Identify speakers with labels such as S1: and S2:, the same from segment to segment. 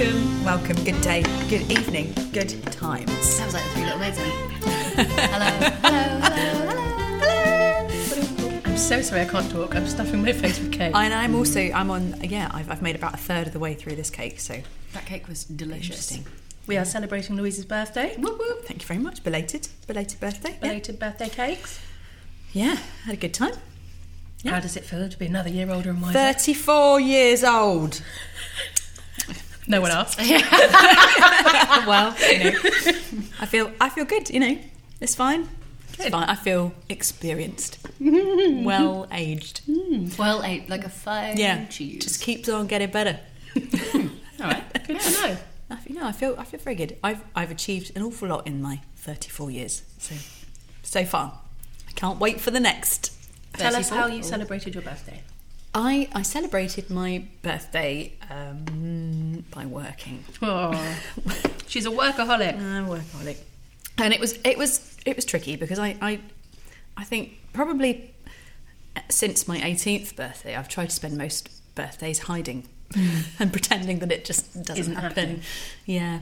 S1: welcome, good day, good evening, good times.
S2: Sounds like the Three Little Maids. then. hello, hello, hello, hello, hello.
S3: I'm so sorry I can't talk. I'm stuffing my face with cake.
S1: And I'm also, I'm on, yeah, I've, I've made about a third of the way through this cake, so
S2: That cake was delicious.
S1: Interesting.
S3: We are celebrating Louise's birthday.
S2: Whoop whoop.
S1: thank you very much. Belated, belated birthday. Yeah,
S3: Belated birthday cakes.
S1: yeah had a good time. Yeah.
S3: How does it feel to be another year older and wiser?
S1: 34 years old.
S3: No one asked.
S1: Oh, well, you know, I feel, I feel good, you know, it's fine. It's
S3: Good.
S1: fine. I feel experienced, well aged.
S2: Well ate like a fine
S1: Yeah,
S2: cheese.
S1: just keeps on getting better.
S3: All right. Good to know.
S1: I feel, no, I feel I feel very good. I've I've achieved an awful lot in my 34 years. So so far, I can't wait for the next.
S3: Tell us
S2: 34.
S3: how you celebrated your birthday.
S1: I I celebrated my birthday um, by working.
S3: Oh, she's a Ah, workaholic.
S1: I'm a workaholic, and it was it was it was tricky because I I, I think probably since my 18th birthday, I've tried to spend most birthdays hiding and pretending that it just doesn't
S3: Mm. Isn't
S1: happen.
S3: happening.
S1: Yeah,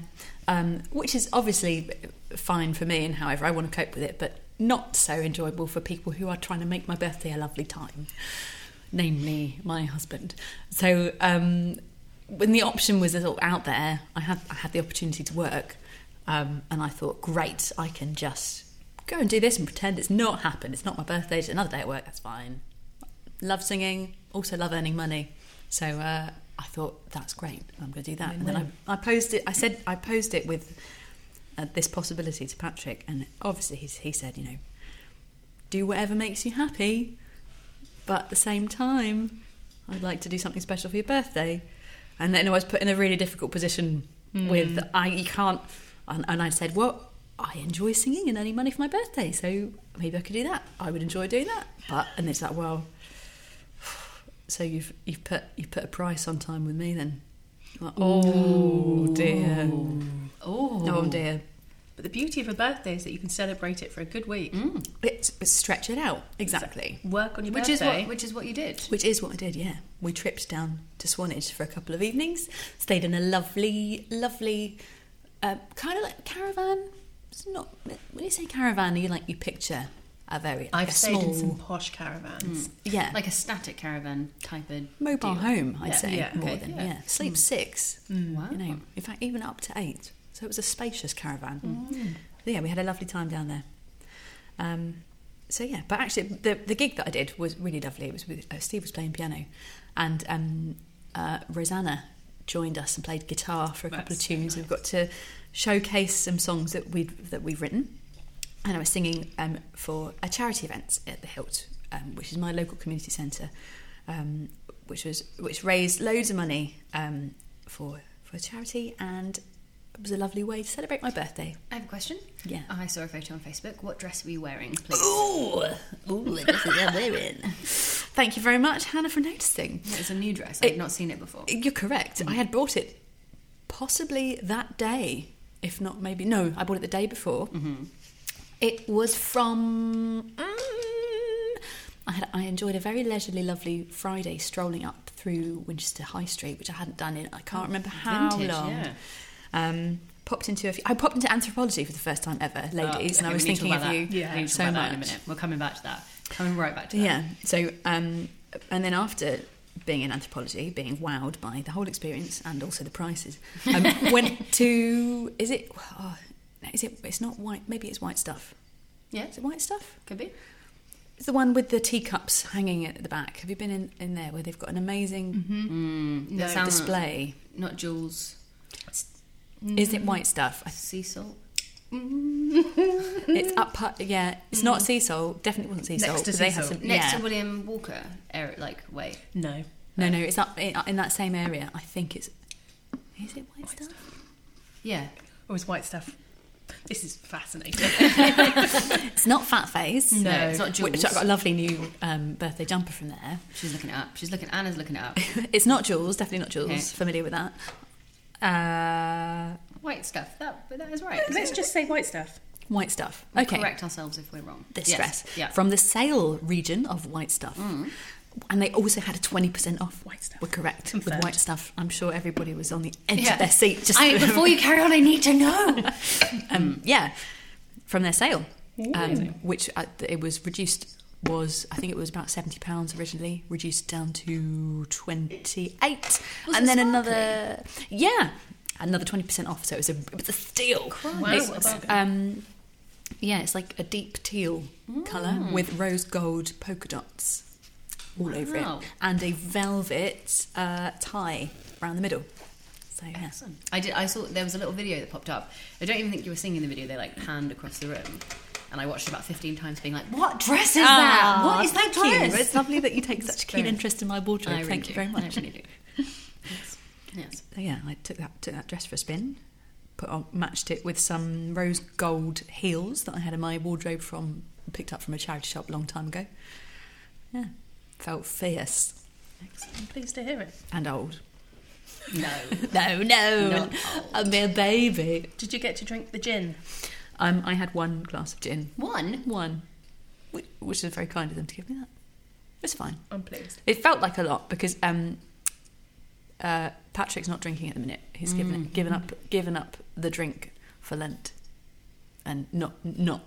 S1: um, which is obviously fine for me, and however I want to cope with it, but not so enjoyable for people who are trying to make my birthday a lovely time, namely my husband. So um, when the option was sort of out there, I had I had the opportunity to work, um, and I thought, great, I can just go and do this and pretend it's not happened. It's not my birthday. It's another day at work. That's fine. Love singing. Also love earning money. So uh, I thought that's great. I'm going to do that. And then I, I posed it. I said I posed it with uh, this possibility to Patrick, and obviously he's, he said, you know, do whatever makes you happy, but at the same time, I'd like to do something special for your birthday. And then I was put in a really difficult position with I you can't, and, and I said, well, I enjoy singing and earning money for my birthday, so maybe I could do that. I would enjoy doing that, but and it's like, well, so you've you've put you've put a price on time with me then. Like, oh dear,
S2: Oh.
S1: oh dear.
S3: But the beauty of a birthday is that you can celebrate it for a good week.
S1: It's, it's stretch it out exactly,
S3: Work on your
S2: Which is
S3: birthday.
S2: what which is what you did.
S1: which is what I did. Yeah, we tripped down to Swanage for a couple of evenings, stayed in a lovely, lovely uh, kind of like caravan. It's not when you say caravan, you like you picture a very like
S3: I've
S1: a
S3: stayed
S1: small, Mm.
S3: in some posh caravans.
S1: yeah,
S2: Like a static caravan type of
S1: mobile
S2: deal. Hmm.
S1: home. I'd
S3: Yeah,
S1: say
S3: yeah,
S1: more
S3: okay,
S1: than yeah.
S3: yeah. Hmm. Ah.
S1: Sleep six,
S2: Wow.
S1: you know. In fact, even up to eight. So it was a spacious caravan.
S3: Hmm.
S1: Yeah, we had a lovely time down there. Um, so yeah, but actually, the the gig that I did was really lovely. It was with, uh, Steve was playing piano, and um, uh, Rosanna joined us and played guitar for a couple
S3: That's
S1: of tunes. We've got to showcase some songs that we that we've written, and I was singing um, for a charity event at the Hilt, um, which is my local community centre, um, which was which raised loads of money um, for for charity, and it was a lovely way to celebrate my birthday.
S2: I have a question.
S1: Yeah.
S2: I saw a photo on Facebook. What dress were you wearing, please?
S1: Ooh, ooh, this is a women. Thank you very much, Hannah, for noticing.
S2: It was a new dress. I've not seen it before.
S1: You're correct. I had bought it possibly that day, if not maybe. No, I bought it the day before.
S2: Mm-hmm.
S1: It was from. mm, I, had, I enjoyed a very leisurely, lovely Friday strolling up through Winchester High Street, which I hadn't done in I can't remember how
S2: Oh, vintage,
S1: long.
S2: yeah.
S1: Um, popped into a few, I popped into anthropology for the first time ever, ladies,
S2: Oh,
S1: and I
S2: okay,
S1: was
S2: we need to
S1: thinking
S2: talk
S1: of
S2: about
S1: you.
S2: that.
S3: Yeah.
S2: we need to
S1: so
S2: talk about that in a
S1: much.
S2: minute. We're coming back to that. Coming right back to that.
S1: Yeah. So, um, and then after being in anthropology, being wowed by the whole experience and also the prices, um, went to is it oh, is it it's not white maybe it's white stuff
S2: Yeah.
S1: is it white stuff
S2: Could be.
S1: it's the one with the teacups hanging at the back. Have you been in, in there where they've got an amazing
S2: That sounds-
S1: Mm-hmm. display?
S2: um, Not jewels.
S1: Is it white stuff? I
S2: Sea salt.
S1: It's up, yeah. It's not sea salt. Definitely wasn't sea
S3: Next
S1: salt.
S3: to
S1: but they
S3: sea
S1: have
S3: salt.
S1: some-
S2: Next
S1: yeah.
S2: to William Walker, er, like way.
S3: No.
S1: No, no, it's up in, in that same area. I think it's. Is it white stuff?
S2: Yeah.
S3: It was white stuff. This is fascinating.
S1: It's not fat face.
S2: No, it's not jewels.
S1: Which I got a lovely new um, birthday jumper from there.
S2: She's looking it up. She's looking. Anna's looking it up.
S1: It's not Jules, definitely not Jules.
S2: Okay.
S1: Familiar with that? Uh,
S2: White stuff. That, but that is right.
S3: Let's just say white stuff.
S1: white stuff.
S2: We'll
S1: okay.
S2: Correct ourselves if we're wrong.
S1: This
S2: Yes,
S1: dress
S2: Yeah.
S1: from the sale region of white stuff. and they also had a 20% off.
S3: White stuff.
S1: We're correct
S3: Confirmed.
S1: with white stuff. I'm sure everybody was on the edge
S2: Yeah.
S1: of their seat just
S2: I, before you carry on, I need to know.
S1: um, yeah, from their sale, um, which uh, th- it was reduced was I think it was about seventy pounds originally, reduced down to twenty eight,
S2: Was
S1: and
S2: it
S1: then
S2: sparkly?
S1: another yeah, another twenty percent off. So it was a it was a steal.
S3: Wow,
S1: It's-
S3: what a bargain.
S1: um, yeah, it's like a deep teal
S2: Mm.
S1: color with rose gold polka dots all over
S3: Wow.
S1: it, and a velvet uh, tie around the middle. So yeah,
S2: I did. I saw there was a little video that popped up. I don't even think you were singing the video. They like panned across the room, and I watched it about fifteen times, being like, "What dress is that?
S1: Ah,
S2: What is that
S1: thank you.
S2: dress?"
S1: It's lovely that you take such keen
S2: very-
S1: interest in my wardrobe.
S2: I really
S1: thank
S2: do.
S1: you very much.
S2: I really do. yes. yes.
S1: So yeah, I took that took that dress for a spin, put on, matched it with some rose gold heels that I had in my wardrobe from picked up from a charity shop a long time ago. Yeah, felt fierce
S3: I'm pleased to hear it.
S1: and old.
S2: No.
S1: No, no,
S2: Not
S1: a mere baby.
S3: Did you get to drink the gin?
S1: Um, I had one glass of gin,
S2: One.
S1: one, whi- which is very kind of them to give me that. It's fine.
S3: I'm pleased.
S1: It felt like a lot because um, uh, Patrick's not drinking at the minute. He's given given up given up the drink for Lent, and not not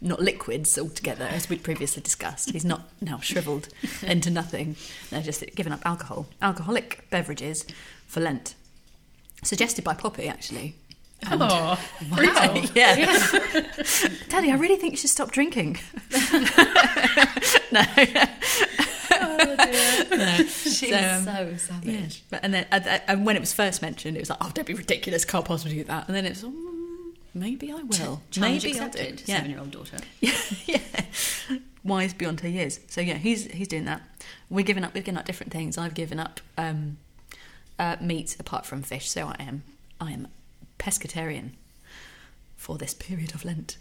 S1: not liquids altogether as we'd previously discussed. He's not now shriveled into nothing. They're just given up alcohol, alcoholic beverages for Lent, suggested by Poppy actually.
S3: Oh,
S1: Really? Yeah. Daddy, I really think you should stop drinking. no. No.
S2: She's
S1: Oh, So, um,
S2: so savage.
S1: Yeah. But, and then and, and when it was first mentioned, it was like, "Oh, don't be ridiculous! Can't possibly do that." And then it's, mm, "Maybe I will.
S2: Challenge
S1: Maybe I'll do."
S2: accepted.
S1: Yeah.
S2: Seven-year-old daughter.
S1: yeah. Wise beyond her years. So yeah, he's he's doing that. We're giving up. We've given up different things. I've given up um, uh, meat apart from fish. So I am I am pescatarian for this period of Lent.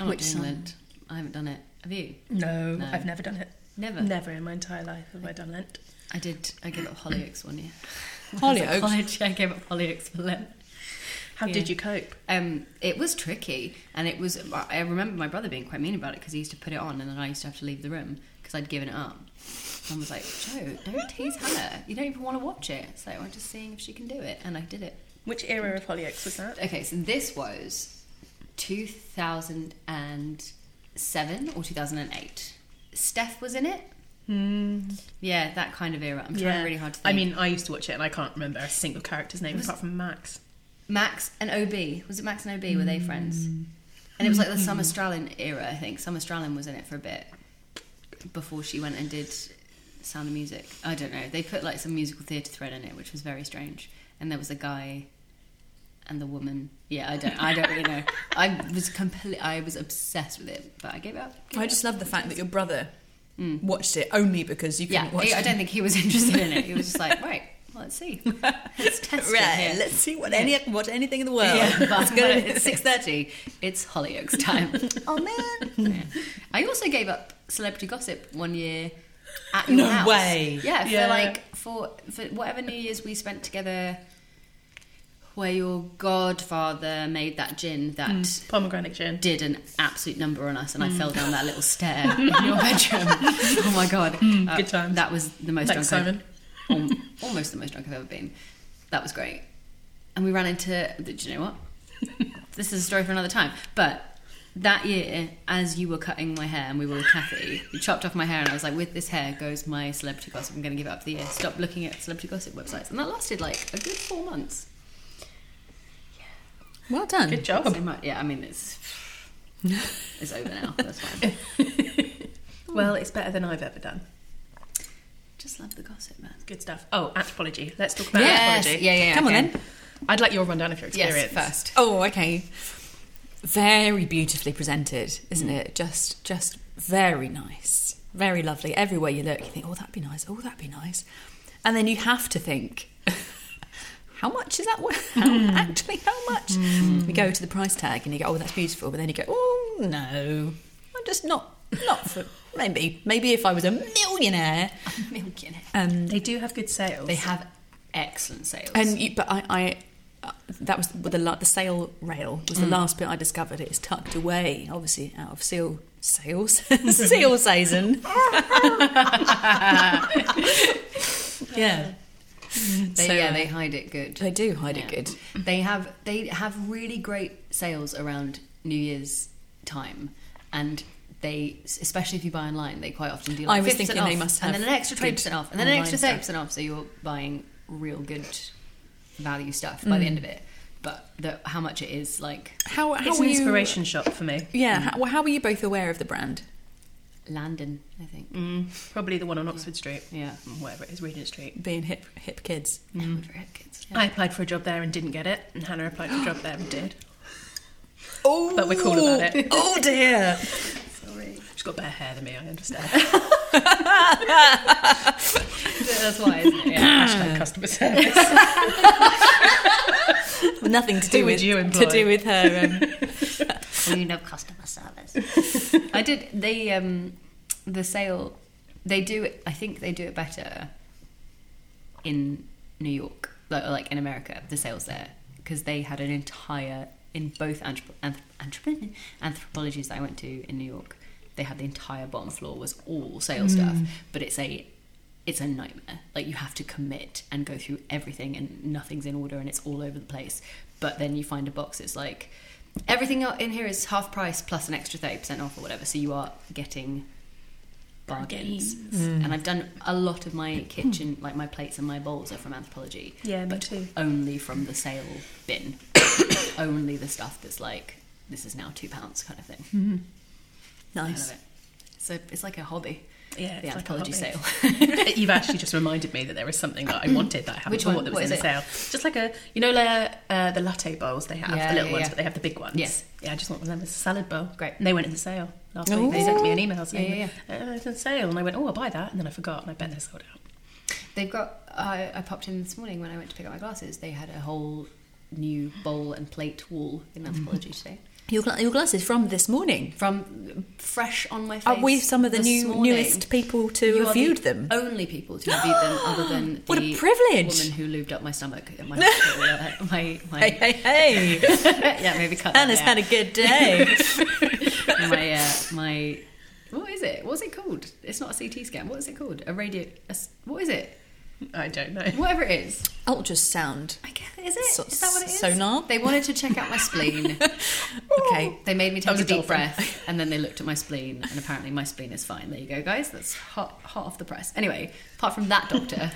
S2: I'm not
S1: Which
S2: doing
S1: song?
S2: Lent. I haven't done it. Have you?
S3: no,
S2: No.
S3: I've never done it.
S2: Never.
S3: Never in my entire life have I done Lent.
S2: I did. I gave up Hollyoaks one year. When I was at
S1: Hollyoaks?
S2: College. I gave up Hollyoaks for Lent.
S3: How
S2: Yeah.
S3: did you cope?
S2: Um, it was tricky, and it was. I remember my brother being quite mean about it because he used to put it on, and then I used to have to leave the room because I'd given it up. Mum was like, "Joe, don't tease Hannah. You don't even want to watch it." So I'm just seeing if she can do it, and I did it.
S3: Which era of Hollyoaks was that?
S2: Okay, so this was 2007 or 2008. Steph was in it. Yeah, that kind of era. I'm trying really hard to. Think.
S3: Hmm. I mean, I used to watch it and I can't remember a single character's name apart from Max.
S2: Max and OB. Was it Max and OB? Were they friends?
S1: Mm.
S2: And it was like the Summer Stralin era, I think. Summer Stralin was in it for a bit before she went and did Sound of Music. I don't know. They put like some musical theatre thread in it, which was very strange. And there was a guy and the woman. Yeah, I don't. I don't really know. I was complete. I was obsessed with it, but I gave up. Gave
S1: I
S2: up.
S1: just love the fact that your brother watched it only because you
S2: Yeah,
S1: couldn't watch
S2: I, I
S1: it.
S2: don't think he was interested in it. He was just like, right, well, let's see. Let's test it.
S1: Right,
S2: here.
S1: let's see what any what anything in the world.
S2: Yeah, but
S1: is gonna-
S2: it's six thirty. It's Hollyoaks time. oh man! I also gave up celebrity gossip one year. At your
S1: No
S2: house.
S1: way.
S2: Yeah, for
S3: Yeah.
S2: like for for whatever New Year's we spent together, where your godfather made that gin that.
S3: Hmm. Pomegranate gin.
S2: Did an absolute number on us, and I
S3: Hmm.
S2: fell down that little stair in your bedroom. oh my god! Uh,
S3: Hmm. good times.
S2: That was the most
S3: Thanks,
S2: drunk I've-
S3: Simon.
S2: Al- almost the most drunk I've ever been. That was great. And we ran into. Do you know what? this is a story for another time. But that year, as you were cutting my hair and we were with Kathy, you chopped off my hair, and I was like, with this hair goes my celebrity gossip. I'm going to give it up for the year. Stop looking at celebrity gossip websites. And that lasted like a good four months.
S1: well done.
S3: Good
S2: So
S3: job.
S2: much, yeah, I mean, it's. it's over now. That's fine.
S3: Well, it's better than I've ever done.
S2: Just love the gossip, man.
S3: Good stuff. Oh, anthropology. Let's talk about
S2: yeah,
S3: anthropology.
S2: yeah, yeah.
S1: Come on
S2: okay.
S1: then.
S3: I'd like your rundown of your
S2: Yes,
S3: experience
S2: first.
S1: Oh, okay. Very beautifully presented, isn't it? Just, just very nice, very lovely. Everywhere you look, you think, "Oh, that'd be nice. Oh, that'd be nice," and then you have to think, "How much is that worth? How, Actually, how much?" You go to the price tag and you go, "Oh, that's beautiful," but then you go, "Oh no, I'm just not, not for maybe, maybe if I was a millionaire."
S2: Millionaire.
S1: Um,
S3: They do have good sales.
S2: They have excellent sales.
S1: And you, but I, I uh, that Mm. was the la- the sale rail was the last bit I discovered. It's tucked away, obviously out of seal sales seal season. yeah,
S2: They,
S1: Mm. So-
S2: yeah, they hide it good.
S1: they do hide it
S2: Yeah.
S1: good.
S2: They have they have really great sales around New Year's time, and they especially if you buy online, they quite often do. Like
S1: I was
S2: 50%
S1: thinking
S2: off,
S1: they must
S2: and
S1: have
S2: then an extra
S1: good
S2: twenty percent off, and then an
S1: online
S2: extra
S1: stuff.
S2: thirty percent off. So you're buying real good value stuff
S1: Mm.
S2: by the end of it. But the, how much it is, like
S1: How how
S3: It's
S1: were
S3: an
S1: you?
S3: inspiration shop for me.
S1: Yeah, how, well, how were you both aware of the brand?
S2: Landon, I think.
S3: Mm, probably the one on Oxford Street,
S2: Yeah,
S3: whatever it is, Regent Street.
S1: Being hip hip kids.
S2: Edward Rip Kids.
S3: I applied for a job there and didn't get it, and Hannah applied for a job there and did.
S1: Oh,
S3: But we're cool about it.
S1: Oh dear.
S2: Sorry,
S3: She's got better hair than me, I understand.
S2: that's why. Isn't it? Yeah.
S3: Hashtag customer service.
S1: Nothing to
S3: Who
S1: do
S3: would
S1: with
S3: you employ?
S1: to do with her. Um,
S2: We know customer service. I did they um the sale they do it I think they do it better in New York like, like in America the sales there because they had an entire in both anthrop- anth- anthrop- anthropologies that I went to in New York they had the entire bottom floor was all sales stuff but it's a it's a nightmare like you have to commit and go through everything and nothing's in order and it's all over the place but then you find a box that's like everything out in here is half price plus an extra 30% off or whatever so you are getting bargains and i've done a lot of my kitchen like my plates and my bowls are from anthropology
S3: Yeah, me
S2: but
S3: too.
S2: only from the sale bin only the stuff that's like this is now two pounds kind of thing I love
S1: nice.
S2: it. so it's like a hobby
S3: Yeah,
S2: the
S3: it's like a
S2: anthropology
S3: hobby.
S2: sale Mm.
S3: You've actually just reminded me that there is something that I wanted that I haven't
S2: Which
S3: bought
S2: one?
S3: that
S2: What
S3: was in
S2: is
S3: the sale. Just like a, you know, like, uh, the latte bowls they have,
S2: Yeah,
S3: the little
S2: yeah,
S3: ones,
S2: yeah.
S3: but they have the big ones.
S2: Yeah.
S3: yeah, I just want one of them as a salad bowl.
S2: Great.
S3: And they went in the sale last
S1: Ooh.
S3: week. They sent me an email
S2: Yeah,
S3: saying, "Uh, it's in sale. And I went, oh, I'll buy that. And then I forgot and I bet they're sold out.
S2: They've got. I, I popped in this morning when I went to pick up my glasses. They had a whole new bowl and plate wall in anthropology today.
S1: Your gla- your glasses from this morning.
S2: From fresh on my face.
S1: Are we some of the
S2: this
S1: new
S2: morning.
S1: newest people to
S2: You
S1: have
S2: are the
S1: viewed them?
S2: Only people to have viewed them, other than
S1: What a
S2: the
S1: privilege.
S2: Woman who lubed up my stomach at my hospital. uh, my, my
S1: Hey hey hey!
S2: yeah, maybe cut.
S1: Anna's
S2: that
S1: had a good day.
S2: out. my uh, my. What is it? What's it called? It's not a CT scan. What is it called? A radio. a s what is it?
S3: I don't know.
S2: Whatever it is.
S1: Ultrasound.
S2: I guess, is it? Is
S1: So-
S2: that what it is?
S1: sonar?
S2: They wanted to check out my spleen.
S1: Okay.
S2: They made me
S3: That
S2: take
S3: was
S2: a
S3: a
S2: deep
S3: dolphin.
S2: breath, and then they looked at my spleen, and apparently my spleen is fine. There you go, guys. That's hot, hot off the press. Anyway, apart from that doctor,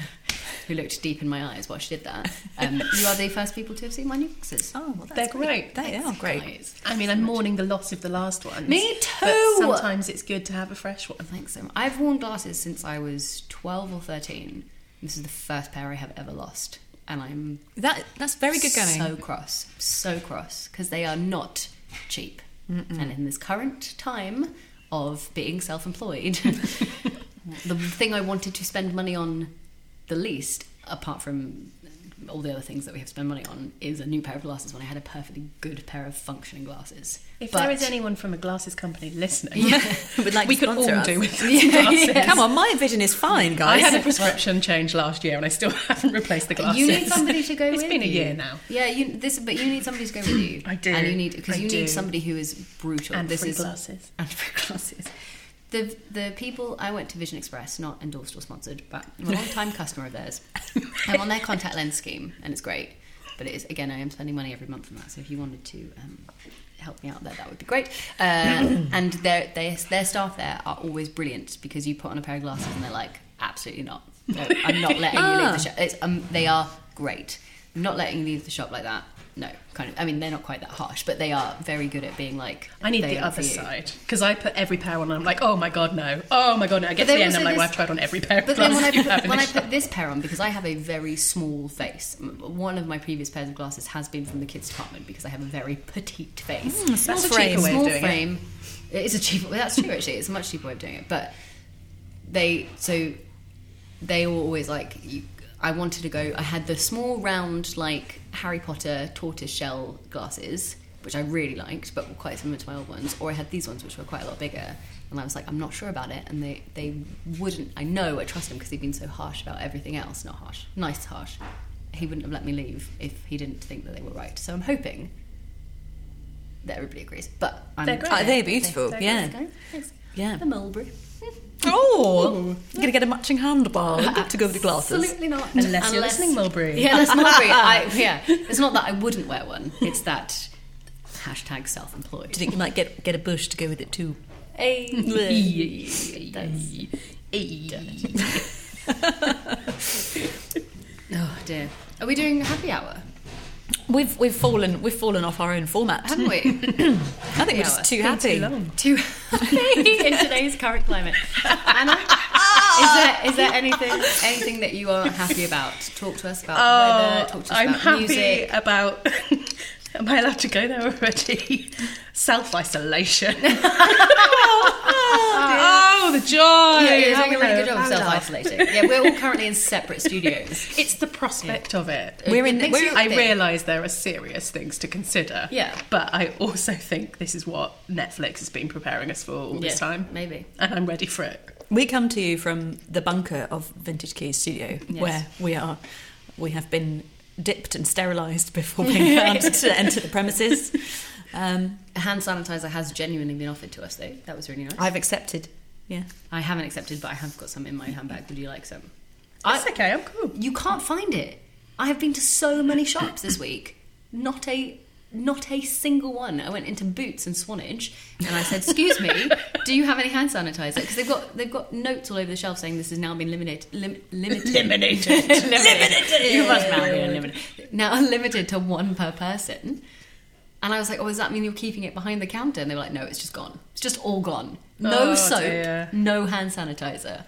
S2: who looked deep in my eyes while she did that, um, you are the first people to have seen my new glasses.
S1: Oh, well, that's
S3: They're great.
S1: They are great.
S2: Guys.
S3: I mean, I'm mourning the loss of the last one.
S2: Me
S3: But
S2: too.
S3: sometimes it's good to have a fresh one.
S2: Thanks so much. I've worn glasses since I was twelve or thirteen. This is the first pair I have ever lost, and I'm
S1: That that's very good going.
S2: So cross, so cross, because they are not cheap. And in this current time of being self-employed, the thing I wanted to spend money on the least, apart from all the other things that we have to spend money on, is a new pair of glasses. When I had a perfectly good pair of functioning glasses,
S3: If
S2: But-
S3: there is anyone from a glasses company listening,
S1: Would like
S3: we
S1: to
S3: could all
S1: sponsor us.
S3: do with glasses.
S2: yeah.
S1: Come on, my vision is fine,
S3: I
S1: guys.
S3: had a prescription change last year and I still haven't replaced the glasses.
S2: You need somebody to go
S3: It's
S2: with.
S3: been a
S2: you.
S3: year now.
S2: Yeah, you, this, but you need somebody to go with you.
S3: I do.
S2: and you need because
S3: I
S2: you
S3: do.
S2: need somebody who is brutal.
S3: and
S2: this
S3: free
S2: is
S3: glasses.
S2: and for glasses. The the people I went to Vision Express, not endorsed or sponsored, but I'm a long time customer of theirs. I'm on their contact lens scheme, and it's great. But it is again, I am spending money every month on that. So if you wanted to um, help me out there, that would be great. Uh, and their their their staff there are always brilliant because you put on a pair of glasses and they're like, absolutely not. No, I'm not letting you
S3: Ah.
S2: leave the shop. It's, um, they are great. I'm not letting you leave the shop like that. No, kind of. I mean, they're not quite that harsh, but they are very good at being like.
S3: I need
S2: they
S3: the
S2: are for
S3: other
S2: you.
S3: side because I put every pair on and I'm like, oh my god, no, oh my god, no. I get
S2: But
S3: to the
S2: then
S3: end, I'm
S2: also
S3: like, well,
S2: this-
S3: I've tried on every pair of
S2: But then
S3: glasses
S2: when I
S3: you
S2: put,
S3: have in
S2: when
S3: the
S2: I
S3: shop.
S2: put this pair on, because I have a very small face, m- one of my previous pairs of glasses has been from the kids' department because I have a very petite face.
S1: small
S3: That's a
S1: frame.
S3: cheaper way of
S2: Mm, small
S3: doing it.
S2: frame. It is a cheaper. Well, that's true. Actually, it's a much cheaper way of doing it. But they so they were always like you, I wanted to go. I had the small round like Harry Potter tortoise shell glasses, which I really liked, but were quite similar to my old ones. Or I had these ones, which were quite a lot bigger. And I was like, I'm not sure about it. And they they wouldn't. I know I trust them because they've been so harsh about everything else. Not harsh, nice harsh. He wouldn't have let me leave if he didn't think that they were right. So I'm hoping that everybody agrees. But I'm,
S3: They're great.
S1: Oh, they're beautiful.
S3: They're
S1: yeah.
S2: Guys, thanks.
S1: Yeah.
S2: The Mulberry.
S1: Oh, you're going to get a matching handbar to go with the glasses.
S2: Absolutely not.
S3: Unless you're listening, Mulberry.
S2: Yeah, unless Mulberry. I, yeah, it's not that I wouldn't wear one. It's that hashtag
S1: Do you
S2: self-employed.
S1: think you might get get a bush to go with it too?
S2: Hey. That's- oh dear. Are we doing happy hour?
S1: We've we've fallen we've fallen off our own format.
S2: Haven't we?
S1: I think we're just too
S3: Been too
S1: happy.
S3: long.
S2: Too happy in today's current climate. Anna, is there, is there anything anything that you aren't happy about? Talk to us about weather. Talk to us
S3: Oh, I'm
S2: about
S3: happy
S2: music.
S3: about. Am I allowed to go there already? Self isolation. oh, the joy!
S2: Yeah, you're
S3: How
S2: doing a
S3: we
S2: really
S3: know.
S2: good job of
S3: Found
S2: self
S3: out.
S2: isolating. Yeah, we're all currently in separate studios.
S3: It's the prospect of it.
S1: We're
S2: It
S1: in.
S2: makes
S1: We're,
S2: you-
S3: I
S2: thing.
S3: realise there are serious things to consider.
S2: Yeah.
S3: But I also think this is what Netflix has been preparing us for all this time.
S2: Maybe.
S3: And I'm ready for it.
S1: we come to you from the bunker of Vintage Keys Studio,
S2: Yes.
S1: where we are. We have been dipped and sterilised before being allowed to enter the premises. Um,
S2: Hand sanitizer has genuinely been offered to us, though. That was really nice.
S1: I've accepted. Yeah.
S2: I haven't accepted, but I have got some in my handbag. Would you like some? I-
S3: It's okay, I'm cool.
S2: You can't find it. I have been to so many shops this week. Not a not a single one. I went into Boots and Swanage and I said, "Excuse me, do you have any hand sanitizer?" Because they've got they've got notes all over the shelf saying this has now been limited lim, limited
S3: Eliminated.
S2: limited. You must now be unlimited. Now limited to one per person. And I was like, oh, does that mean you're keeping it behind the counter? And they were like, no, it's just gone. It's just all gone. No
S3: Oh,
S2: soap,
S3: dear.
S2: no hand sanitizer.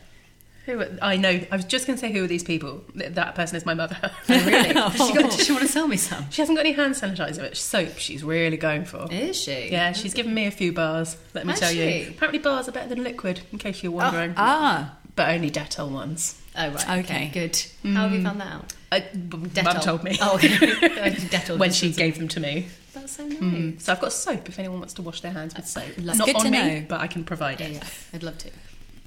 S3: Who are, I know. I was just going to say, who are these people? Th- That person is my mother.
S2: Oh, really? Does she, got- does she want to sell me some?
S3: she hasn't got any hand sanitizer, but soap she's really going for.
S2: Is she?
S3: Yeah, she's given me a few bars. Let me
S2: Has
S3: tell
S2: she?
S3: you. Apparently, bars are better than liquid, in case you're wondering.
S1: Ah.
S3: but only Dettol ones.
S2: Oh, right.
S1: Okay.
S2: Okay. Good. How have you found that out?
S3: Uh, Mum told me
S2: Oh, okay. Dettol.
S3: when
S2: just
S3: she
S2: was-
S3: gave them to me. Mm.
S2: That's so nice.
S3: So I've got soap if anyone wants to wash their hands with soap.
S2: Hmm. That's
S3: Not
S1: good
S3: on
S1: to
S3: me,
S1: know.
S3: but I can provide
S2: Yeah,
S3: it.
S2: yeah. I'd love to.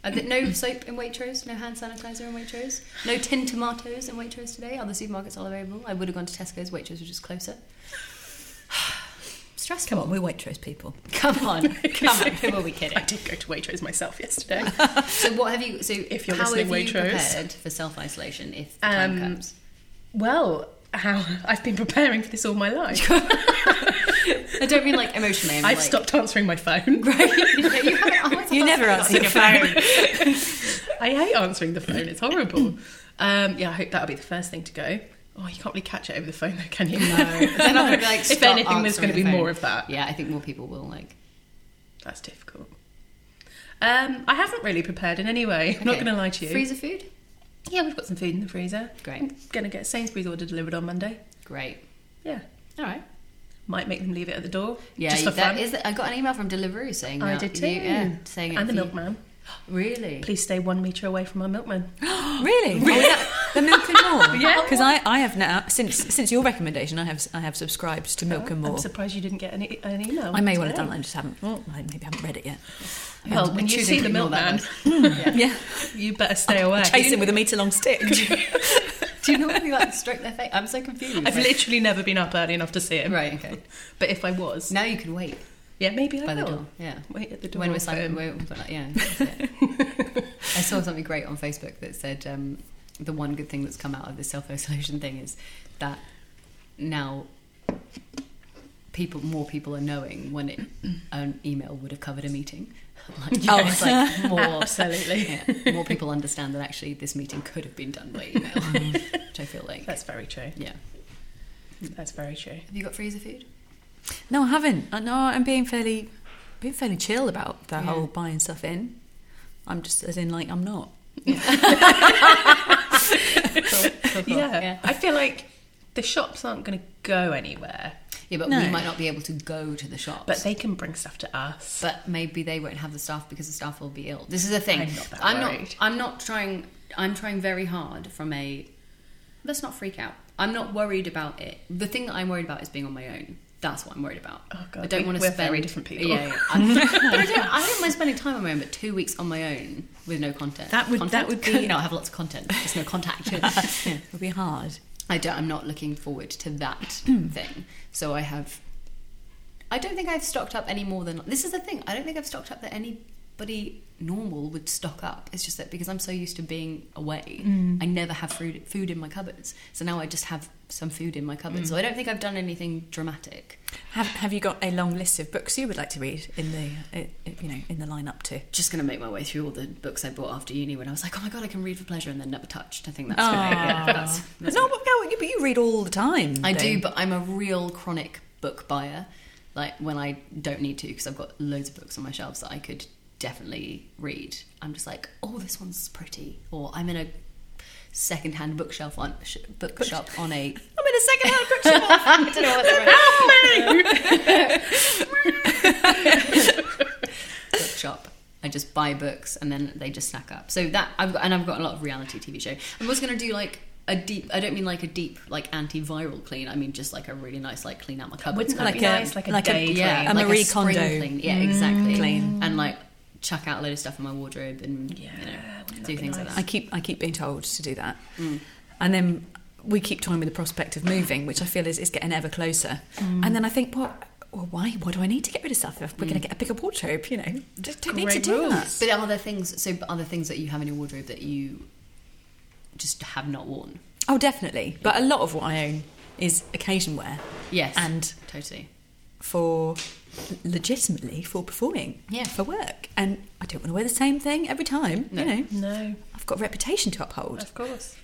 S2: Uh, th- no soap in Waitrose, no hand sanitizer in Waitrose, no tin tomatoes in Waitrose today. Other supermarkets are available. I would have gone to Tesco's, Waitrose was just closer. Stressful.
S1: Come on, we're Waitrose people.
S2: Come on, come on. Who are we kidding?
S3: I did go to Waitrose myself yesterday.
S2: So, what have you? So, if
S3: you're
S2: how
S3: listening,
S2: have you
S3: Waitrose.
S2: prepared for self isolation if the time
S3: Um,
S2: comes?
S3: well, how I've been preparing for this all my life.
S2: I don't mean like emotionally. I mean,
S3: I've
S2: like,
S3: stopped answering my phone.
S2: Right? you haven't oh, answered
S1: You
S2: that.
S1: never answer your phone.
S3: I hate answering the phone. It's horrible. um, yeah, I hope that'll be the first thing to go. Oh, you can't really catch it over the phone, though, can you? No.
S2: Then I'm gonna be like,
S3: if
S2: "Stop
S3: anything, there's going to
S2: answering
S3: be
S2: the phone."
S3: more of that.
S2: Yeah, I think more people will like.
S3: That's difficult. Um, I haven't really prepared in any way. I'm not
S2: Okay.
S3: going to lie to you.
S2: Freezer food?
S3: Yeah, we've got some food in the freezer.
S2: Great.
S3: I'm going to get a Sainsbury's order delivered on Monday.
S2: Great.
S3: Yeah.
S2: All right.
S3: Might make them leave it at the door.
S2: Yeah,
S3: just for
S2: that
S3: fun.
S2: is- I got an email from Deliveroo saying
S3: I
S2: that.
S3: did too.
S2: Yeah, saying it
S3: and the
S2: for you.
S3: milkman.
S2: Really?
S3: Please stay one metre away from our milkman.
S1: Really? Oh, yeah. the Milk and More.
S3: Yeah.
S1: Because I, I have now since since your recommendation, I have I have subscribed to Milk and More.
S3: I'm surprised you didn't get an, e- an email.
S1: I may well have
S3: today.
S1: done. I just haven't. Well, I maybe haven't read it yet.
S3: Well, when you see the milkman,
S2: yeah.
S1: Yeah.
S3: you better stay away.
S1: Chase him with a meter long stick.
S2: Do you know when you like stroke their face? I'm so confused.
S3: I've literally never been up early enough to see him.
S2: right. Okay.
S3: But if I was,
S2: Now you can wait
S3: yeah, maybe I
S2: by the
S3: will.
S2: door. Yeah.
S3: Wait at the door.
S2: When we're
S3: for
S2: silent,
S3: him.
S2: we're, we're like, yeah. I saw something great on Facebook that said um, the one good thing that's come out of this self isolation thing is that now people, more people are knowing when it, an email would have covered a meeting. Like,
S1: Oh.
S2: it's like more,
S3: Absolutely.
S2: yeah, more people understand that actually this meeting could have been done by email, which I feel like,
S3: That's very true.
S2: yeah. Mm.
S3: That's very true.
S2: Have you got freezer food?
S1: no, I haven't. I, no, I'm being fairly being fairly chill about the
S2: Yeah.
S1: whole buying stuff in. I'm just as in like I'm not.
S3: Yeah. I feel like the shops aren't going to go anywhere,
S2: Yeah, but we
S1: No.
S2: might not be able to go to the shops.
S3: but they can bring stuff to us.
S2: but maybe they won't have the staff because the staff will be ill. This is the thing.
S3: I'm not that
S2: I'm
S3: worried.
S2: not. I'm not trying. I'm trying very hard from a. Let's not freak out. I'm not worried about it. The thing that I'm worried about is being on my own. That's what I'm worried about.
S3: Oh, God,
S2: I don't
S3: we-
S2: want to
S3: we're
S2: spend.
S3: very different people.
S2: Yeah, yeah. I, but I don't. I don't mind spending time on my own, but two weeks on my own with no content.
S1: That would- that
S2: Content?
S1: would be-
S2: no. I have lots of content, just no contact.
S1: Yeah, it would be hard.
S2: I don't, I'm not looking forward to that thing. So I have I don't think I've stocked up any more than this is the thing. I don't think I've stocked up that anybody normal would stock up. It's just that because I'm so used to being away, I never have food food in my cupboards. So now I just have some food in my cupboard. So I don't think I've done anything dramatic.
S1: Have, have you got a long list of books you would like to read in the uh, uh, you know in the lineup too?
S2: Just gonna make my way through all the books I bought after uni when I was like, oh my god, I can read for pleasure and then never touched. I think that's
S1: Oh.
S2: gonna make it. That's, that's
S1: no, but, no, you- but you read all the time.
S2: I do,
S1: But
S2: but I'm a real chronic book buyer. Like when I don't need to, because I've got loads of books on my shelves that I could definitely read. I'm just like, oh, this one's pretty, or I'm in a second-hand bookshelf on sh- bookshop on a.
S1: I'm in a second-hand bookshop.
S2: I don't know what the bookshop. I just buy books and then they just snack up. So that I've got, and I've got a lot of reality TV show. I was gonna do like a deep. I don't mean like a deep like antiviral clean. I mean just like a really nice like clean out my cupboards. kind of
S1: like
S2: thing.
S1: a-
S3: nice, like a
S1: like a-
S3: day
S1: yeah,
S3: clean.
S1: a
S2: like
S1: Marie
S2: spring
S1: Kondo. Mm,
S2: clean. Yeah, exactly.
S1: clean.
S2: And like chuck out a load of stuff in my wardrobe and you know, do things
S1: I
S2: like that.
S1: keep I keep being told to do that,
S2: Mm.
S1: and then we keep toying with the prospect of moving, which I feel is, is getting ever closer.
S2: Mm.
S1: And then I think, well, well, why? Why do I need to get rid of stuff if we're going to get a bigger wardrobe? You know, just don't need to
S3: Great
S1: do
S3: rules.
S1: that.
S2: But are there things? So but are there things that you have in your wardrobe that you just have not worn?
S1: Oh, definitely. But a lot of what I own is occasion wear,
S2: Yes,
S1: and
S2: totally.
S1: for legitimately for performing,
S2: Yeah.
S1: for work. And I don't want to wear the same thing every time.
S2: No.
S1: You know,
S3: No,
S1: I've got a reputation to uphold.
S3: of course.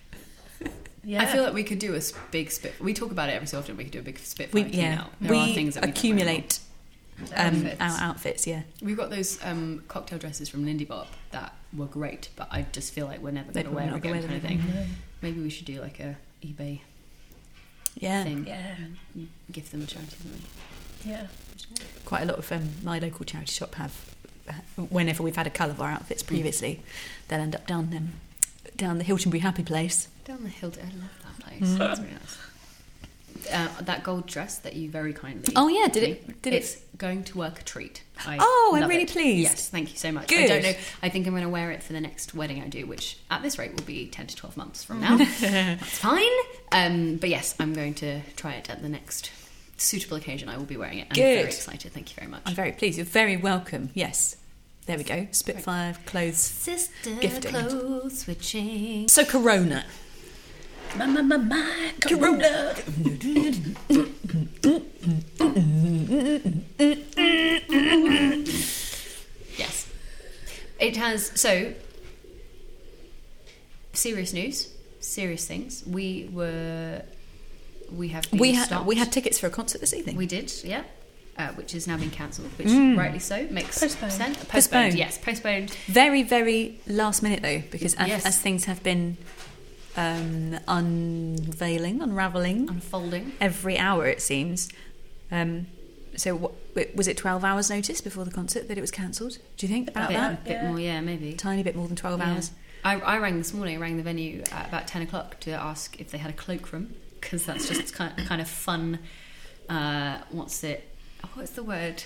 S3: Yeah,
S2: I feel like we could do a s- big spit. We talk about it every so often. We could do a big spit.
S1: We
S2: fight clean
S1: yeah,
S2: out. There
S1: we
S2: are things that we don't wear anymore.
S1: accumulate um,
S3: Outfits.
S1: our outfits. Yeah.
S2: We've got those um, cocktail dresses from Lindy Bop that were great, but I just feel like we're never
S1: They're
S2: going to wear
S1: probably
S2: again.
S1: not
S2: Kind
S1: gonna
S2: of thing. Maybe we should do like a eBay
S1: Yeah,
S2: thing.
S3: yeah,
S2: Give them a charity. something.
S3: yeah.
S1: quite a lot of um, my local charity shop have. Whenever we've had a colour of our outfits
S2: Mm.
S1: previously, they'll end up down um, down the Hiltonbury Happy Place.
S2: Down the hill. I love that place.
S1: Mm-hmm.
S2: It's really nice. Uh, that gold dress that you very kindly.
S1: Oh, yeah, did it- did it-
S2: it's going to work a treat. I
S1: Oh, I'm
S2: love
S1: really
S2: it.
S1: pleased.
S2: Yes, thank you so much. I
S1: Good.
S2: don't know. I think I'm going to wear it for the next wedding I do, which at this rate will be ten to twelve months from now. That's fine. Um, but yes, I'm going to try it at the next suitable occasion. I will be wearing it. I'm
S1: Good.
S2: very excited. Thank you very much.
S1: I'm very pleased. You're very welcome. Yes, there we go. Spitfire clothes.
S2: Sister
S1: Gifting.
S2: clothes switching.
S1: So Corona.
S3: My, my, my, my, Corona.
S2: Yes. It has. So, serious news, serious things. We were. We have. Been
S1: We had
S2: stopped.
S1: we had tickets for a concert this evening.
S2: We did, yeah. Uh, which is now been cancelled, which rightly so makes
S3: Postponed.
S2: sense. Postponed,
S1: Hmm. Postponed.
S2: yes, postponed.
S1: Very, very last minute though, because as,
S2: Yes.
S1: as things have been um, unveiling, unraveling
S2: Unfolding.
S1: every hour, it seems. Um, so, what, w- was it 12 hours notice before the concert that it was cancelled? Do you think about
S2: bit,
S1: that?
S2: bit
S3: Yeah.
S2: more, yeah, maybe.
S1: Tiny bit more than 12
S2: Yeah.
S1: hours.
S2: I, I rang this morning, I rang the venue at about 10 o'clock to ask if they had a cloakroom, because that's just kind kind of fun. Uh, what's it? What's the word?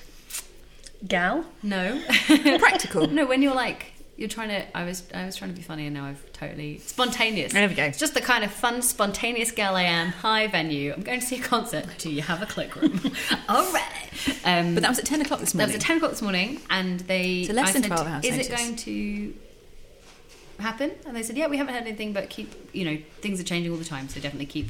S3: Gal.
S2: No.
S1: Practical.
S2: No, when you're like you're trying to I was I was trying to be funny and now I've totally spontaneous.
S1: There we go.
S2: It's just the kind of fun, spontaneous gal I am. Hi venue. I'm going to see a concert. Do you have a cloakroom? All right. Um
S1: But that was at 10 o'clock this
S2: that was
S1: morning.
S2: at ten o'clock this morning and they
S1: So less
S2: I
S1: than
S2: said,
S1: 12 hours
S2: Is it
S1: notice.
S2: going to happen? And they said, Yeah, we haven't heard anything but keep you know, things are changing all the time, so definitely keep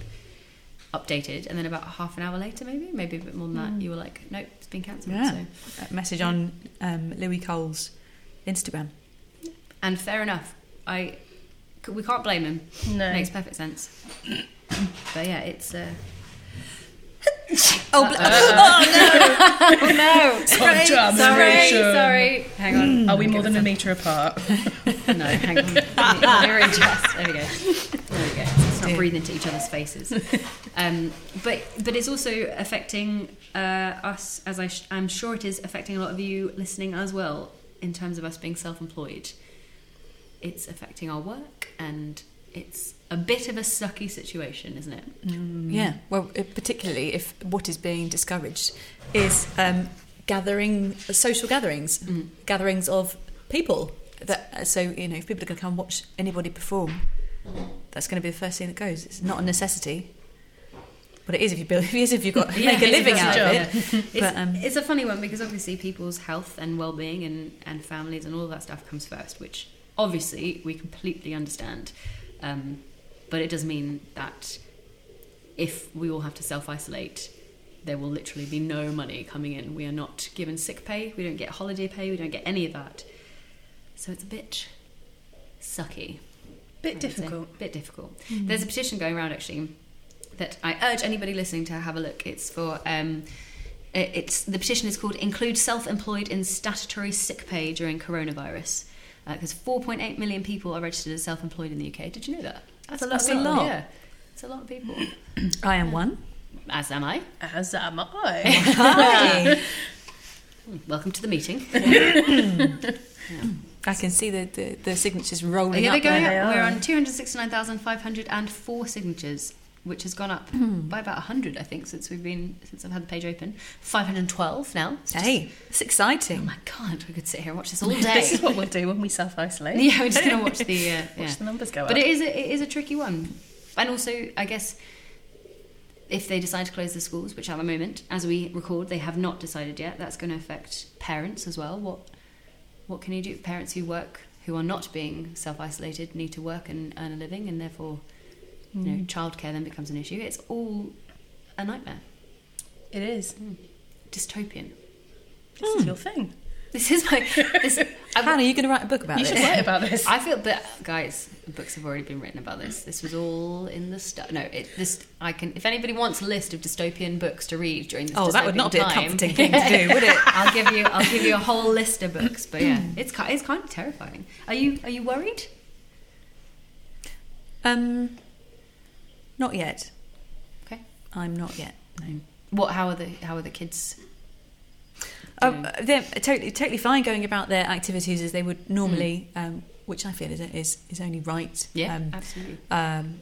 S2: updated and then about half an hour later maybe, maybe a bit more than that, you were like, Nope, it's been cancelled.
S1: Mm. Yeah.
S2: So
S1: Uh, message on um, Louis Cole's Instagram.
S2: And fair enough. I c- we can't blame him.
S3: No.
S2: Makes perfect sense. but yeah, it's uh,
S1: Oh, bl-
S2: oh no.
S3: Sorry, Sorry,
S2: sorry,
S3: sorry.
S2: sorry. Hang on.
S3: Are we more than a metre apart?
S2: No, hang on. Mirror and chest. There we go. There we go. It's not breathing into each other's faces. Um, but but it's also affecting uh, us, as I sh- I'm sure it is affecting a lot of you listening as well, in terms of us being self-employed. It's affecting our work, and it's a bit of a sucky situation, isn't it? Mm.
S1: Yeah, well, uh, particularly if what is being discouraged is um, gathering, social gatherings,
S2: Mm.
S1: gatherings of people. That uh, so you know, if people are going to come watch anybody perform, that's going to be the first thing that goes. It's not a necessity, but what it is if you build, it is if you've got
S2: Yeah,
S1: make a
S2: it's
S1: living
S2: good
S1: out
S2: job.
S1: of it.
S2: It's,
S1: But, um,
S2: it's a funny one because obviously people's health and well-being and, and families and all that stuff comes first, which obviously we completely understand. Um, but it does mean that if we all have to self-isolate, there will literally be no money coming in. We are not given sick pay. We don't get holiday pay. We don't get any of that. So it's a bit
S3: Bit
S2: sucky. I would say.
S3: difficult.
S2: Bit difficult.
S1: Mm-hmm.
S2: There's a petition going around actually that I urge anybody listening to have a look. It's for um, it- it's the petition is called "Include Self-Employed in Statutory Sick Pay During Coronavirus," uh, because 4.8 million people are registered as self-employed in the UK. Did you know that?
S1: That's a
S2: people,
S1: lot.
S2: Yeah, it's a lot of people.
S1: I am one.
S2: As am I.
S3: As am I.
S1: Hi.
S2: Welcome to the meeting.
S1: I can see the, the, the signatures rolling
S2: yeah,
S1: up.
S2: they're going
S1: there.
S3: there.
S2: up.
S3: They
S2: We're
S3: are.
S2: on 269,504 signatures, which has gone up by about 100, I think, since we've been since I've had the page open. 512 now. It's just-
S1: Hey, it's
S2: oh
S1: exciting.
S2: my god, we could sit here and watch this all day.
S3: this is what we'll do when we self isolate.
S2: yeah, we're just gonna watch the uh, yeah.
S3: Watch the numbers go
S2: But
S3: up.
S2: it is a, it is a tricky one, and also I guess if they decide to close the schools, which at the moment, as we record, they have not decided yet, that's going to affect parents as well. What what can you do? Parents who work who are not being self isolated need to work and earn a living, and therefore you know childcare then becomes an issue. It's all a nightmare,
S3: it is.
S2: dystopian.
S3: This
S2: Hmm.
S3: is your thing.
S2: This is my this. I,
S1: Hannah, are you going to write a book about
S3: You
S1: this?
S3: should write about this.
S2: I feel, but guys, books have already been written about this. This was all in the stuff. No, it, this I can. If anybody wants a list of dystopian books to read during this,
S1: Oh, that would
S2: dystopian
S1: not be a
S2: time,
S1: comforting thing to do, would it?
S2: I'll give you. I'll give you a whole list of books. But yeah,
S1: Hmm.
S2: it's ki- it's kind of terrifying. Are you are you worried?
S1: Um, not yet.
S2: Okay.
S1: I'm not yet. No.
S2: What? How are the how are the kids?
S1: Oh,
S2: Yeah.
S1: uh, they're totally totally fine going about their activities as they would normally, um, which I feel is is, is only right.
S2: Mm. Yeah,
S1: Um,
S2: absolutely.
S1: um,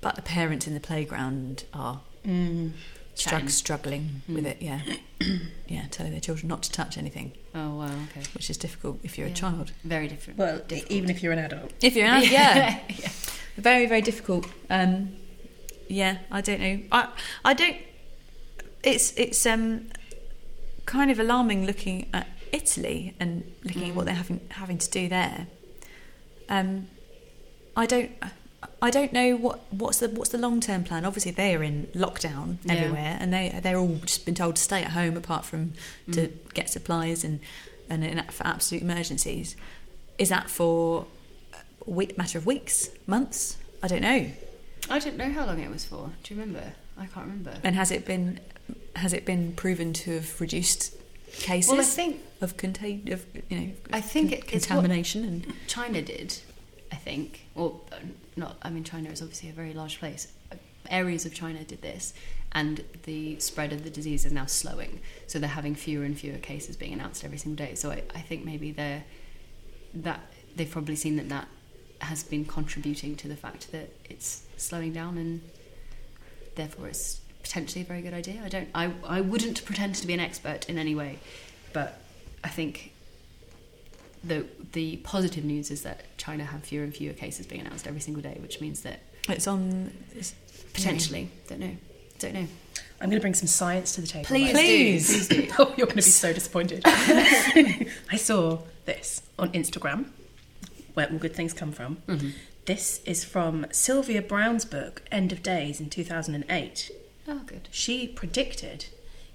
S1: but the parents in the playground are hmm.
S3: Mm.
S2: Chatting.
S1: strug- struggling with
S2: Mm.
S1: it. Yeah, yeah, telling their children not to touch anything,
S2: Oh wow. Okay.
S1: which is difficult if you're
S2: Yeah.
S1: a child.
S2: Very different.
S3: Well, e-
S2: Difficult.
S3: even if you're an adult.
S1: If you're out, yeah, very very difficult um yeah i don't know i i don't it's it's um kind of alarming looking at italy and looking at what they're having having to do there um i don't I don't know what, what's the what's the long term plan. Obviously, they are in lockdown
S2: Yeah.
S1: everywhere, and they they're all just been told to stay at home, apart from to
S2: Mm.
S1: get supplies and and in, for absolute emergencies. Is that for a week, matter of weeks, months? I don't know.
S2: I don't know how long it was for. Do you remember? I can't remember.
S1: And has it been has it been proven to have reduced cases
S2: Well, I think
S1: of contain of you know
S2: I think it- it's what-
S1: contamination and
S2: China did, I think, or uh, not. I mean, China is obviously a very large place. Areas of China did this, and the spread of the disease is now slowing. So they're having fewer and fewer cases being announced every single day. So I, I think maybe they're that they've probably seen that that has been contributing to the fact that it's slowing down, and therefore it's potentially a very good idea. I don't. I I wouldn't pretend to be an expert in any way, but I think the the positive news is that China have fewer and fewer cases being announced every single day, which means that
S1: it's on it's,
S2: potentially don't know, don't know.
S3: I'm going to bring some science to the table.
S2: Please,
S1: Please.
S2: do, please do.
S3: Oh, you're going to be so disappointed. I saw this on Instagram, where all good things come from.
S2: Mm-hmm.
S3: This is from Sylvia Brown's book, End of Days, in 2008.
S2: Oh, good.
S3: She predicted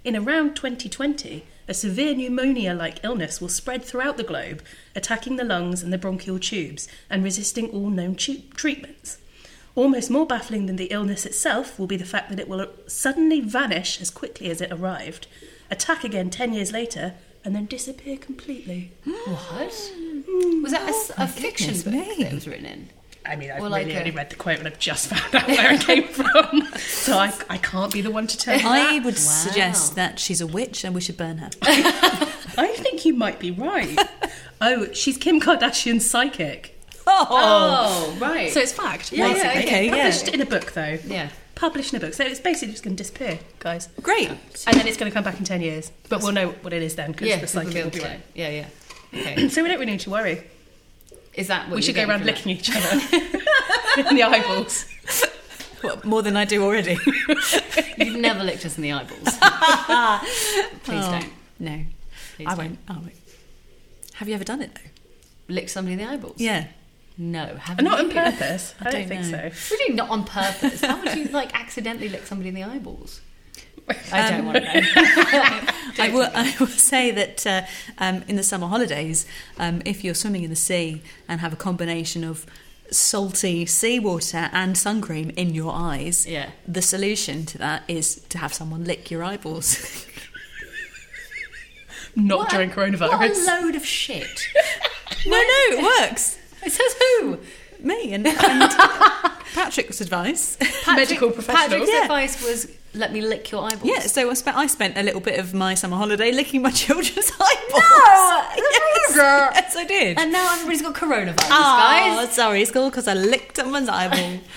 S3: in around 2020, a severe pneumonia like illness will spread throughout the globe, attacking the lungs and the bronchial tubes and resisting all known tu- treatments. Almost more baffling than the illness itself will be the fact that it will suddenly vanish as quickly as it arrived, attack again 10 years later, and then disappear completely.
S2: What was that? A, s- a fiction
S1: Oh, goodness
S2: book
S1: me.
S2: that was written in.
S3: I mean, I've
S2: Well, like uh,
S3: really
S2: a-
S3: only read the quote and I've just found out where it came from, so I, I can't be the one to tell you.
S1: I
S3: I,
S1: would
S2: Wow.
S1: suggest that she's a witch and we should burn her.
S3: I think you might be right. oh, she's Kim Kardashian's psychic.
S2: Oh, right.
S3: So it's fact.
S2: Yeah, yeah,
S3: basically.
S1: okay, yeah.
S3: Published in a book, though.
S2: yeah.
S3: Published in a book. So it's basically just going to disappear, guys.
S1: Great.
S3: And then it's going to come back in 10 years. But we'll know what it is then because
S2: Yeah,
S3: the
S2: we'll be
S3: psychic
S2: able
S3: will
S2: to
S3: be
S2: know.
S3: right.
S2: yeah, yeah. Okay.
S3: So we don't really need to worry.
S2: Is that what
S3: we
S2: you're
S3: should go
S2: getting
S3: around
S2: from that?
S3: licking each other in the eyeballs.
S1: What, more than I do already.
S2: You've never looked us in the eyeballs. Please
S1: Oh,
S2: don't.
S1: No,
S2: Please
S1: I
S2: don't.
S1: won't. I won't. Have you ever done it though?
S2: Lick somebody in the eyeballs?
S1: Yeah.
S2: No, haven't
S3: Not on
S2: you?
S3: purpose. I,
S1: I
S3: don't,
S1: don't
S3: think
S1: know.
S3: so.
S2: What do you mean not on purpose? How would you like accidentally lick somebody in the eyeballs? I don't
S1: Um,
S2: want to know.
S1: I will, I will say that uh, um, in the summer holidays, um, if you're swimming in the sea and have a combination of salty seawater and sun cream in your eyes,
S2: Yeah.
S1: the solution to that is to have someone lick your eyeballs.
S3: Not
S2: What a-
S3: during
S2: What
S3: coronavirus.
S2: a load of shit.
S1: no, no, it works.
S2: It says who?
S1: Me and, and Patrick's advice.
S3: Medical professional.
S2: Patrick's
S1: Yeah.
S2: advice was let me lick your eyeballs.
S1: Yeah, so I spent, I spent a little bit of my summer holiday licking my children's eyeballs. yes,
S2: Roger.
S1: yes, I did.
S2: And now everybody's got coronavirus,
S1: Ah,
S2: guys.
S1: sorry, it's all because I licked someone's eyeball.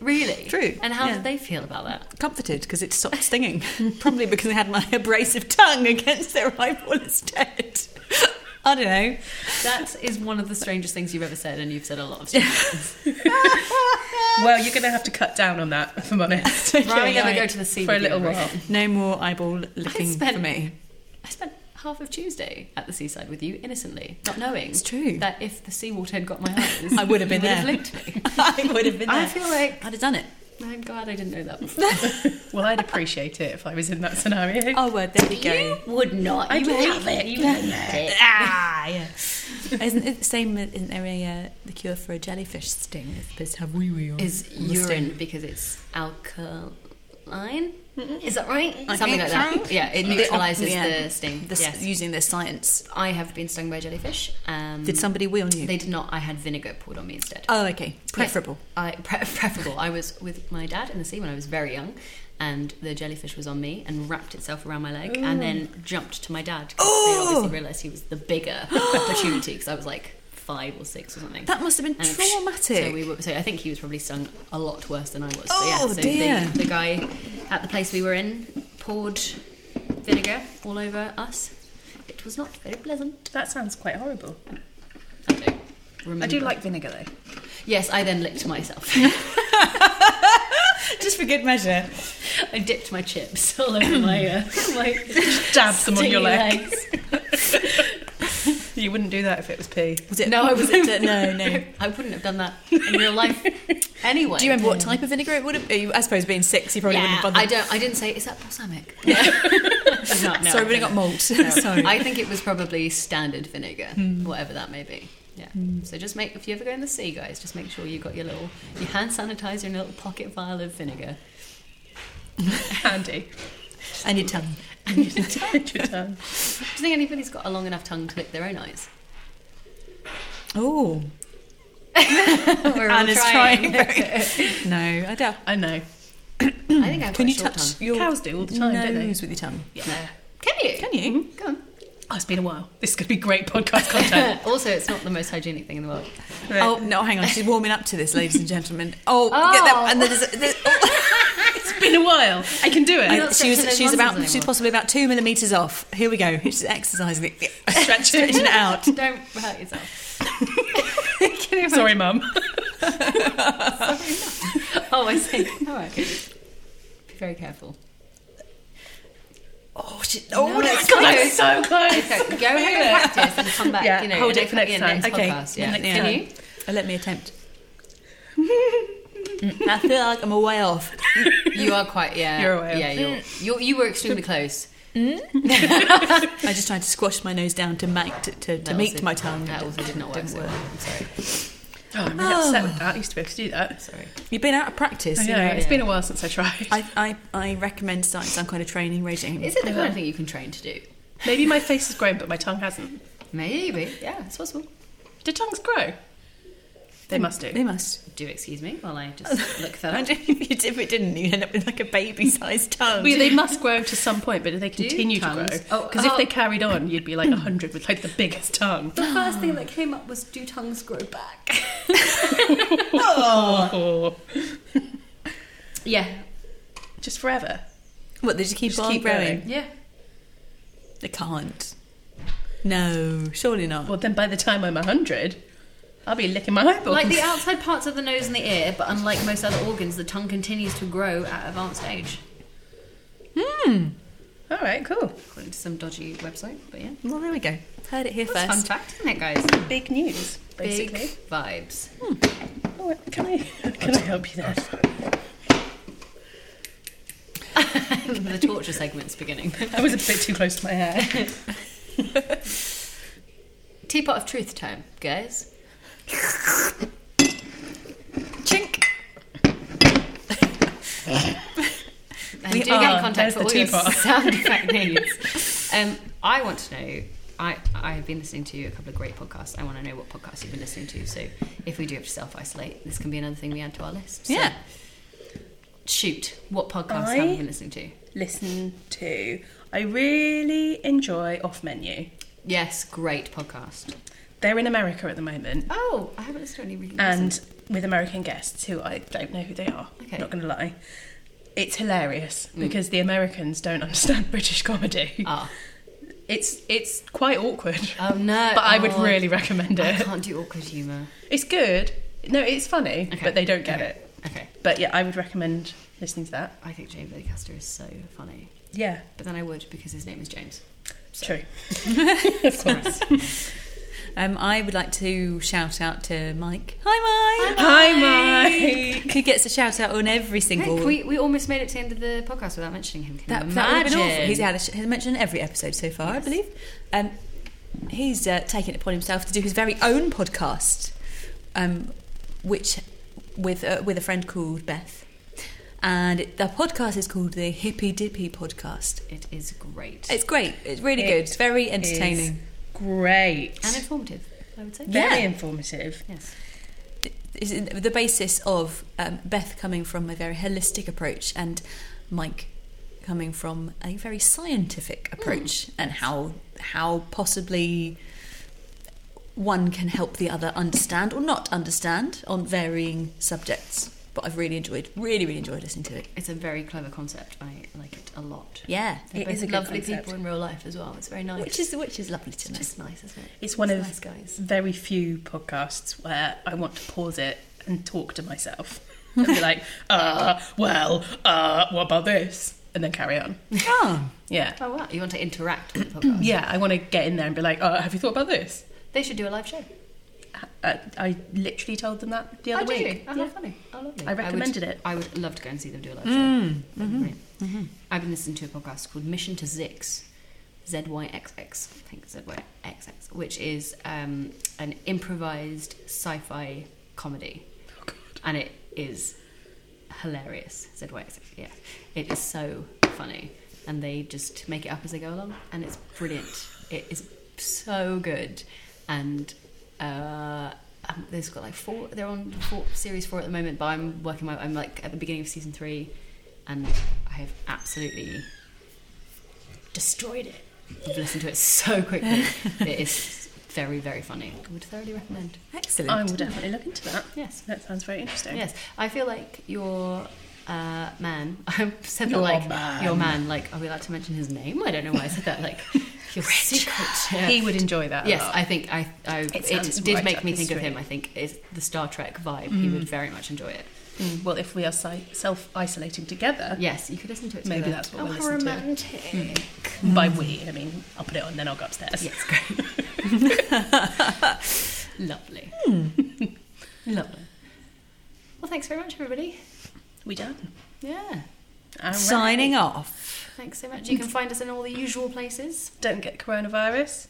S2: Really?
S1: True,
S2: And how
S1: yeah.
S2: did they feel about that?
S1: comforted because it stopped stinging. Probably because I had my abrasive tongue against their eyeball instead. I don't know.
S2: That is one of the strangest things you've ever said, and you've said a lot of stuff.
S3: Well, you're going to have to cut down on that, if I'm honest.
S2: Right, I'm going
S1: right.
S2: to go to the sea
S3: For a
S2: with you,
S3: little
S2: Maria.
S3: while.
S1: No more eyeball licking
S2: spent-
S1: for me.
S2: I spent half of Tuesday at the seaside with you innocently, not knowing
S1: It's true.
S2: that if the seawater had got my eyes,
S1: I would have been
S2: you
S1: there.
S2: Would have licked me.
S1: I would have been there.
S2: I feel like
S1: I'd have done it.
S2: I'm glad I didn't know that. Before.
S3: Well, I'd appreciate it if I was in that scenario.
S1: Oh, well, there we go.
S2: would not.
S3: I
S2: you
S3: do
S2: hate
S3: love it.
S2: You hate it.
S1: Ah, yeah. Isn't it the same? Isn't there a uh, the cure for a jellyfish sting? It's supposed to have wee wee on.
S2: Is
S1: on the sting.
S2: urine because it's alkaline? Is that right? Something like that. Yeah, it
S1: The-
S2: neutralises
S1: yeah.
S2: the sting.
S1: The s-
S2: yes.
S1: Using the science.
S2: I have been stung by a jellyfish. Um,
S1: Did somebody wee on you?
S2: They did not. I had vinegar poured on me instead.
S1: oh, okay. Preferable.
S2: I pre- preferable. I was with my dad in the sea when I was very young, and the jellyfish was on me and wrapped itself around my leg, and then jumped to my dad. 'cause They obviously realised he was the bigger opportunity because I was like five or six or something.
S1: That must have been
S2: And it-
S1: traumatic.
S2: So we were. So I think he was probably stung a lot worse than I was.
S1: Oh,
S2: but yeah, so
S1: dear.
S2: The, the guy at the place we were in poured vinegar all over us. It was not very pleasant.
S3: That sounds quite horrible.
S2: I don't remember.
S3: I do like vinegar though.
S2: Yes, I then licked myself.
S1: Just for good measure.
S2: I dipped my chips all over my, uh, my
S3: Dab some on
S2: stingy
S3: your leg.
S2: legs.
S3: You wouldn't do that if it was pee.
S1: Was it?
S2: No, I wasn't.
S1: no, no.
S2: I wouldn't have done that in real life anyway.
S1: Do you remember what type of vinegar it would have? I suppose being six, you probably
S2: Yeah,
S1: wouldn't have
S2: I
S1: bothered.
S2: don't. I didn't say. Is that balsamic? No, no,
S1: Sorry, but it got mold. Sorry.
S2: I think it was probably standard vinegar,
S1: Hmm.
S2: whatever that may be. Yeah. So just make if you ever go in the sea, guys, just make sure you got your little your hand sanitizer and a little pocket vial of vinegar.
S3: Handy.
S1: and your tongue.
S3: Your tongue.
S2: Do you think anybody's got a long enough tongue to lick their own eyes?
S1: Oh,
S2: We're all
S1: Anna's trying. very- no, I doubt.
S3: I know.
S2: I think I've
S1: Can you
S2: got a short
S1: touch
S2: tongue.
S1: your
S3: Cows do all the time, don't they?
S1: nose with your tongue?
S3: Yeah.
S2: Can you?
S1: Can you?
S2: Go on.
S3: Oh, it's been a while. This is going to be great podcast content.
S2: also, it's not the most hygienic thing in the world.
S1: Oh no, hang on. She's warming up to this, ladies and gentlemen. Oh, get that. And there's, there's,
S3: It's been a while. I can do
S1: I-
S3: it.
S2: not
S1: she was. She's
S2: stretching those muscles
S1: about.
S2: anymore.
S1: She's possibly about two millimeters off. Here we go. She's exercising it,
S3: Stretching.
S1: stretching it out.
S2: Don't hurt yourself.
S3: Sorry, mum.
S2: Oh, I see. All right. Be very careful.
S1: Oh, she, oh, no, it's
S2: God,
S1: close.
S2: I'm
S3: so close.
S2: So go have a practice and come back.
S3: Yeah,
S2: you know,
S3: hold
S2: in
S3: it
S2: a-
S3: for next
S2: yeah,
S3: time.
S1: Okay.
S2: podcast, yeah.
S1: Next
S2: Can
S1: time.
S2: you?
S1: Uh, Let me attempt. Mm, I feel like I'm a way off.
S2: You are quite. Yeah.
S3: You're aware.
S2: Yeah. You're, you're, you were extremely close.
S1: I just tried to squash my nose down to, make, to, to, to
S2: That
S1: meet
S2: also-
S1: my tongue.
S2: That also did not work.
S1: Didn't
S2: So
S1: work.
S2: well. I'm sorry.
S3: Oh, I'm really upset with that. I used to be able to do that.
S2: Sorry.
S1: You've been out of practice.
S3: I
S1: you
S3: know.
S1: know.
S3: It's been a while since I tried.
S1: I, I, I recommend starting some kind of training regime.
S2: Is it the kind of thing you can train to do?
S3: Maybe my face has grown, but my tongue hasn't.
S2: Maybe. Yeah, it's possible.
S3: Do tongues grow? They must do.
S1: They must.
S2: Do excuse me while I just look that up.
S1: Imagine if, you did, if it didn't, you'd end up with like a baby-sized tongue.
S3: Well, they must grow to some point, but they continue to grow.
S2: tongues-
S3: Because
S2: oh,
S3: if
S2: oh.
S3: they carried on, you'd be like 100 with like the biggest tongue.
S2: The first thing that came up was do tongues grow back? Oh.
S3: Or
S2: yeah.
S3: just forever.
S1: what? They just keep
S3: Just
S1: on
S3: keep
S1: growing.
S3: going.
S2: Yeah.
S1: They can't. No, surely not.
S3: Well, then by the time I'm 100, I'll be licking my eyeballs.
S2: Like the outside parts of the nose and the ear, but unlike most other organs, the tongue continues to grow at advanced age,
S3: All right, cool.
S2: according to some dodgy website. But yeah,
S1: Well, there we go. Heard it here
S2: that's fun
S1: first.
S2: fact, isn't it, guys?
S3: Big news,
S2: Big
S3: basically.
S2: vibes.
S3: Oh, can I can I help you there?
S2: the torture segment's beginning.
S3: That was a bit too close to my hair.
S2: Teapot of truth time, guys.
S1: Chink.
S2: And
S3: We
S2: do get
S3: are.
S2: in
S3: There's
S2: contact for
S3: the
S2: all your
S3: teapot.
S2: sound effect needs. Um, I want to know. I, I have been listening to a couple of great podcasts. I want to know what podcasts you've been listening to. So if we do have to self isolate, this can be another thing we add to our list. So
S1: Yeah.
S2: Shoot, what podcasts
S3: I-
S2: have you been listening to?
S3: Listen to. I really enjoy Off Menu.
S2: Yes, great podcast.
S3: They're in America at the moment,
S2: Oh, I haven't listened to any recent.
S3: and with American guests who I don't know who they are.
S2: Okay. Mm.
S3: Not going to lie. It's hilarious because the Americans don't understand British comedy.
S2: ah,
S3: It's it's quite awkward,
S2: oh no!
S3: but I would
S2: Oh,
S3: really recommend
S2: I
S3: it.
S2: can't do awkward humor.
S3: It's good. No, it's funny,
S2: Okay.
S3: but they don't get
S2: Okay.
S3: it.
S2: Okay,
S3: But yeah, I would recommend listening to that.
S2: I think James Lancaster is so funny,
S3: Yeah,
S2: but then I would because his name is James.
S3: true.
S1: Um, I would like to shout out to Mike. Hi, Mike.
S3: Hi, Mike.
S1: Who gets a shout out on every
S2: Hey,
S1: single.
S2: can we, we almost made it to the end of the podcast without mentioning him. Can
S1: That,
S2: you
S1: that would have been awful.
S2: imagine?
S1: He's had a, sh- he's mentioned every episode so far, I believe. Um, he's uh, taken it upon himself to do his very own podcast, um, which with uh, with a friend called Beth, and it, the podcast is called the Hippy Dippy Podcast.
S2: It is great
S1: It's great. It's really
S3: It
S1: good. It's very entertaining.
S3: Great.
S2: and informative. I would say.
S3: Very
S1: Yeah.
S3: informative.
S2: Yes.
S1: It's the basis of um, Beth coming from a very holistic approach and Mike coming from a very scientific approach and how how possibly one can help the other understand or not understand on varying subjects. But I've really enjoyed, really, really enjoyed listening to it.
S2: It's a very clever concept. I like it a lot.
S1: Yeah,
S2: They're
S3: It
S2: both
S3: is a good
S2: lovely
S3: concept.
S2: people in real life as well. It's very nice.
S1: which is which is lovely
S2: it's
S1: to know.
S2: just nice, isn't it?
S3: It's one of
S2: nice guys.
S3: very few podcasts where I want to pause it and talk to myself and be like, uh, well, uh, what about this? And then carry on.
S1: Ah,
S3: Yeah.
S2: Oh wow! You want to interact with the podcast?
S3: Yeah, I want to get in there and be like, oh, have you thought about this?
S2: They should do a live show.
S3: I, I literally told them that the
S2: Oh,
S3: other
S2: did
S3: week.
S2: you? Oh, how
S3: Yeah.
S2: funny. Oh, lovely.
S3: I recommended
S2: would,
S3: it. Mm, mm-hmm,
S2: I would love to go and see them do a live show. That'd be brilliant. I've been listening to a podcast called Mission to Zix, ZYXX, I think ZYXX, which is um, an improvised sci fi comedy.
S3: Oh,
S2: And it is hilarious. ZYXX, yeah. It is so funny. And they just make it up as they go along. And it's brilliant. It is so good. And uh, um, there's got like four, they're on four, series four at the moment, but I'm working my, I'm like at the beginning of season three. And I have absolutely destroyed it. I've listened to it so quickly. it is very, very funny. I would thoroughly recommend.
S1: excellent.
S3: I will definitely look into that.
S2: Yes.
S3: That sounds very interesting.
S2: Yes, I feel like your uh, man. I said that
S3: Your
S2: like
S3: man.
S2: your man. Like, are we allowed to mention his name? I don't know why I said that. Like, your secret. yeah.
S3: He would enjoy that. a
S2: Yes,
S3: lot.
S2: I think I. I
S3: Um, It
S2: it
S3: sounds
S2: did
S3: right
S2: make
S3: up
S2: me
S3: his
S2: think of
S3: street.
S2: him. I think is the Star Trek vibe. He would very much enjoy it.
S3: Mm, well, if we are si- self isolating together,
S2: Yes, you could listen to it.
S3: Maybe
S2: together.
S3: that's what
S2: oh,
S3: we'll
S2: how
S3: listen to. Mm.
S2: romantic.
S3: by we, I mean, I'll put it on, then I'll go upstairs.
S2: Yes, great. Lovely. Lovely. Well, thanks very much, everybody.
S3: We done.
S2: Yeah.
S3: All
S1: Signing off.
S2: Thanks so much. You can find us in all the usual places.
S3: Don't get coronavirus.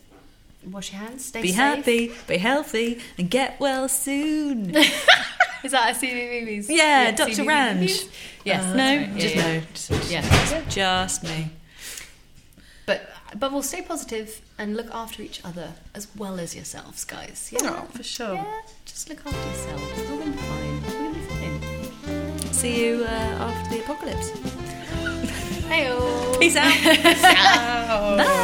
S2: Wash your hands. Stay
S1: Be
S2: safe.
S1: happy, be healthy, and get well soon.
S2: Is that a CBBB's?
S1: Yeah, Dr. Rand.
S2: Yes.
S3: Uh,
S1: Uh, no,
S2: that's right.
S1: just
S2: yeah,
S1: no, just,
S2: Yeah. Yeah.
S1: just me.
S2: But but we'll stay positive and look after each other as well as yourselves, guys. Yeah.
S3: for sure.
S2: Yeah. Just look after yourselves. It's all gonna be fine. We're gonna be fine.
S1: See you uh, after the apocalypse.
S2: Hey.
S1: Peace out. Bye.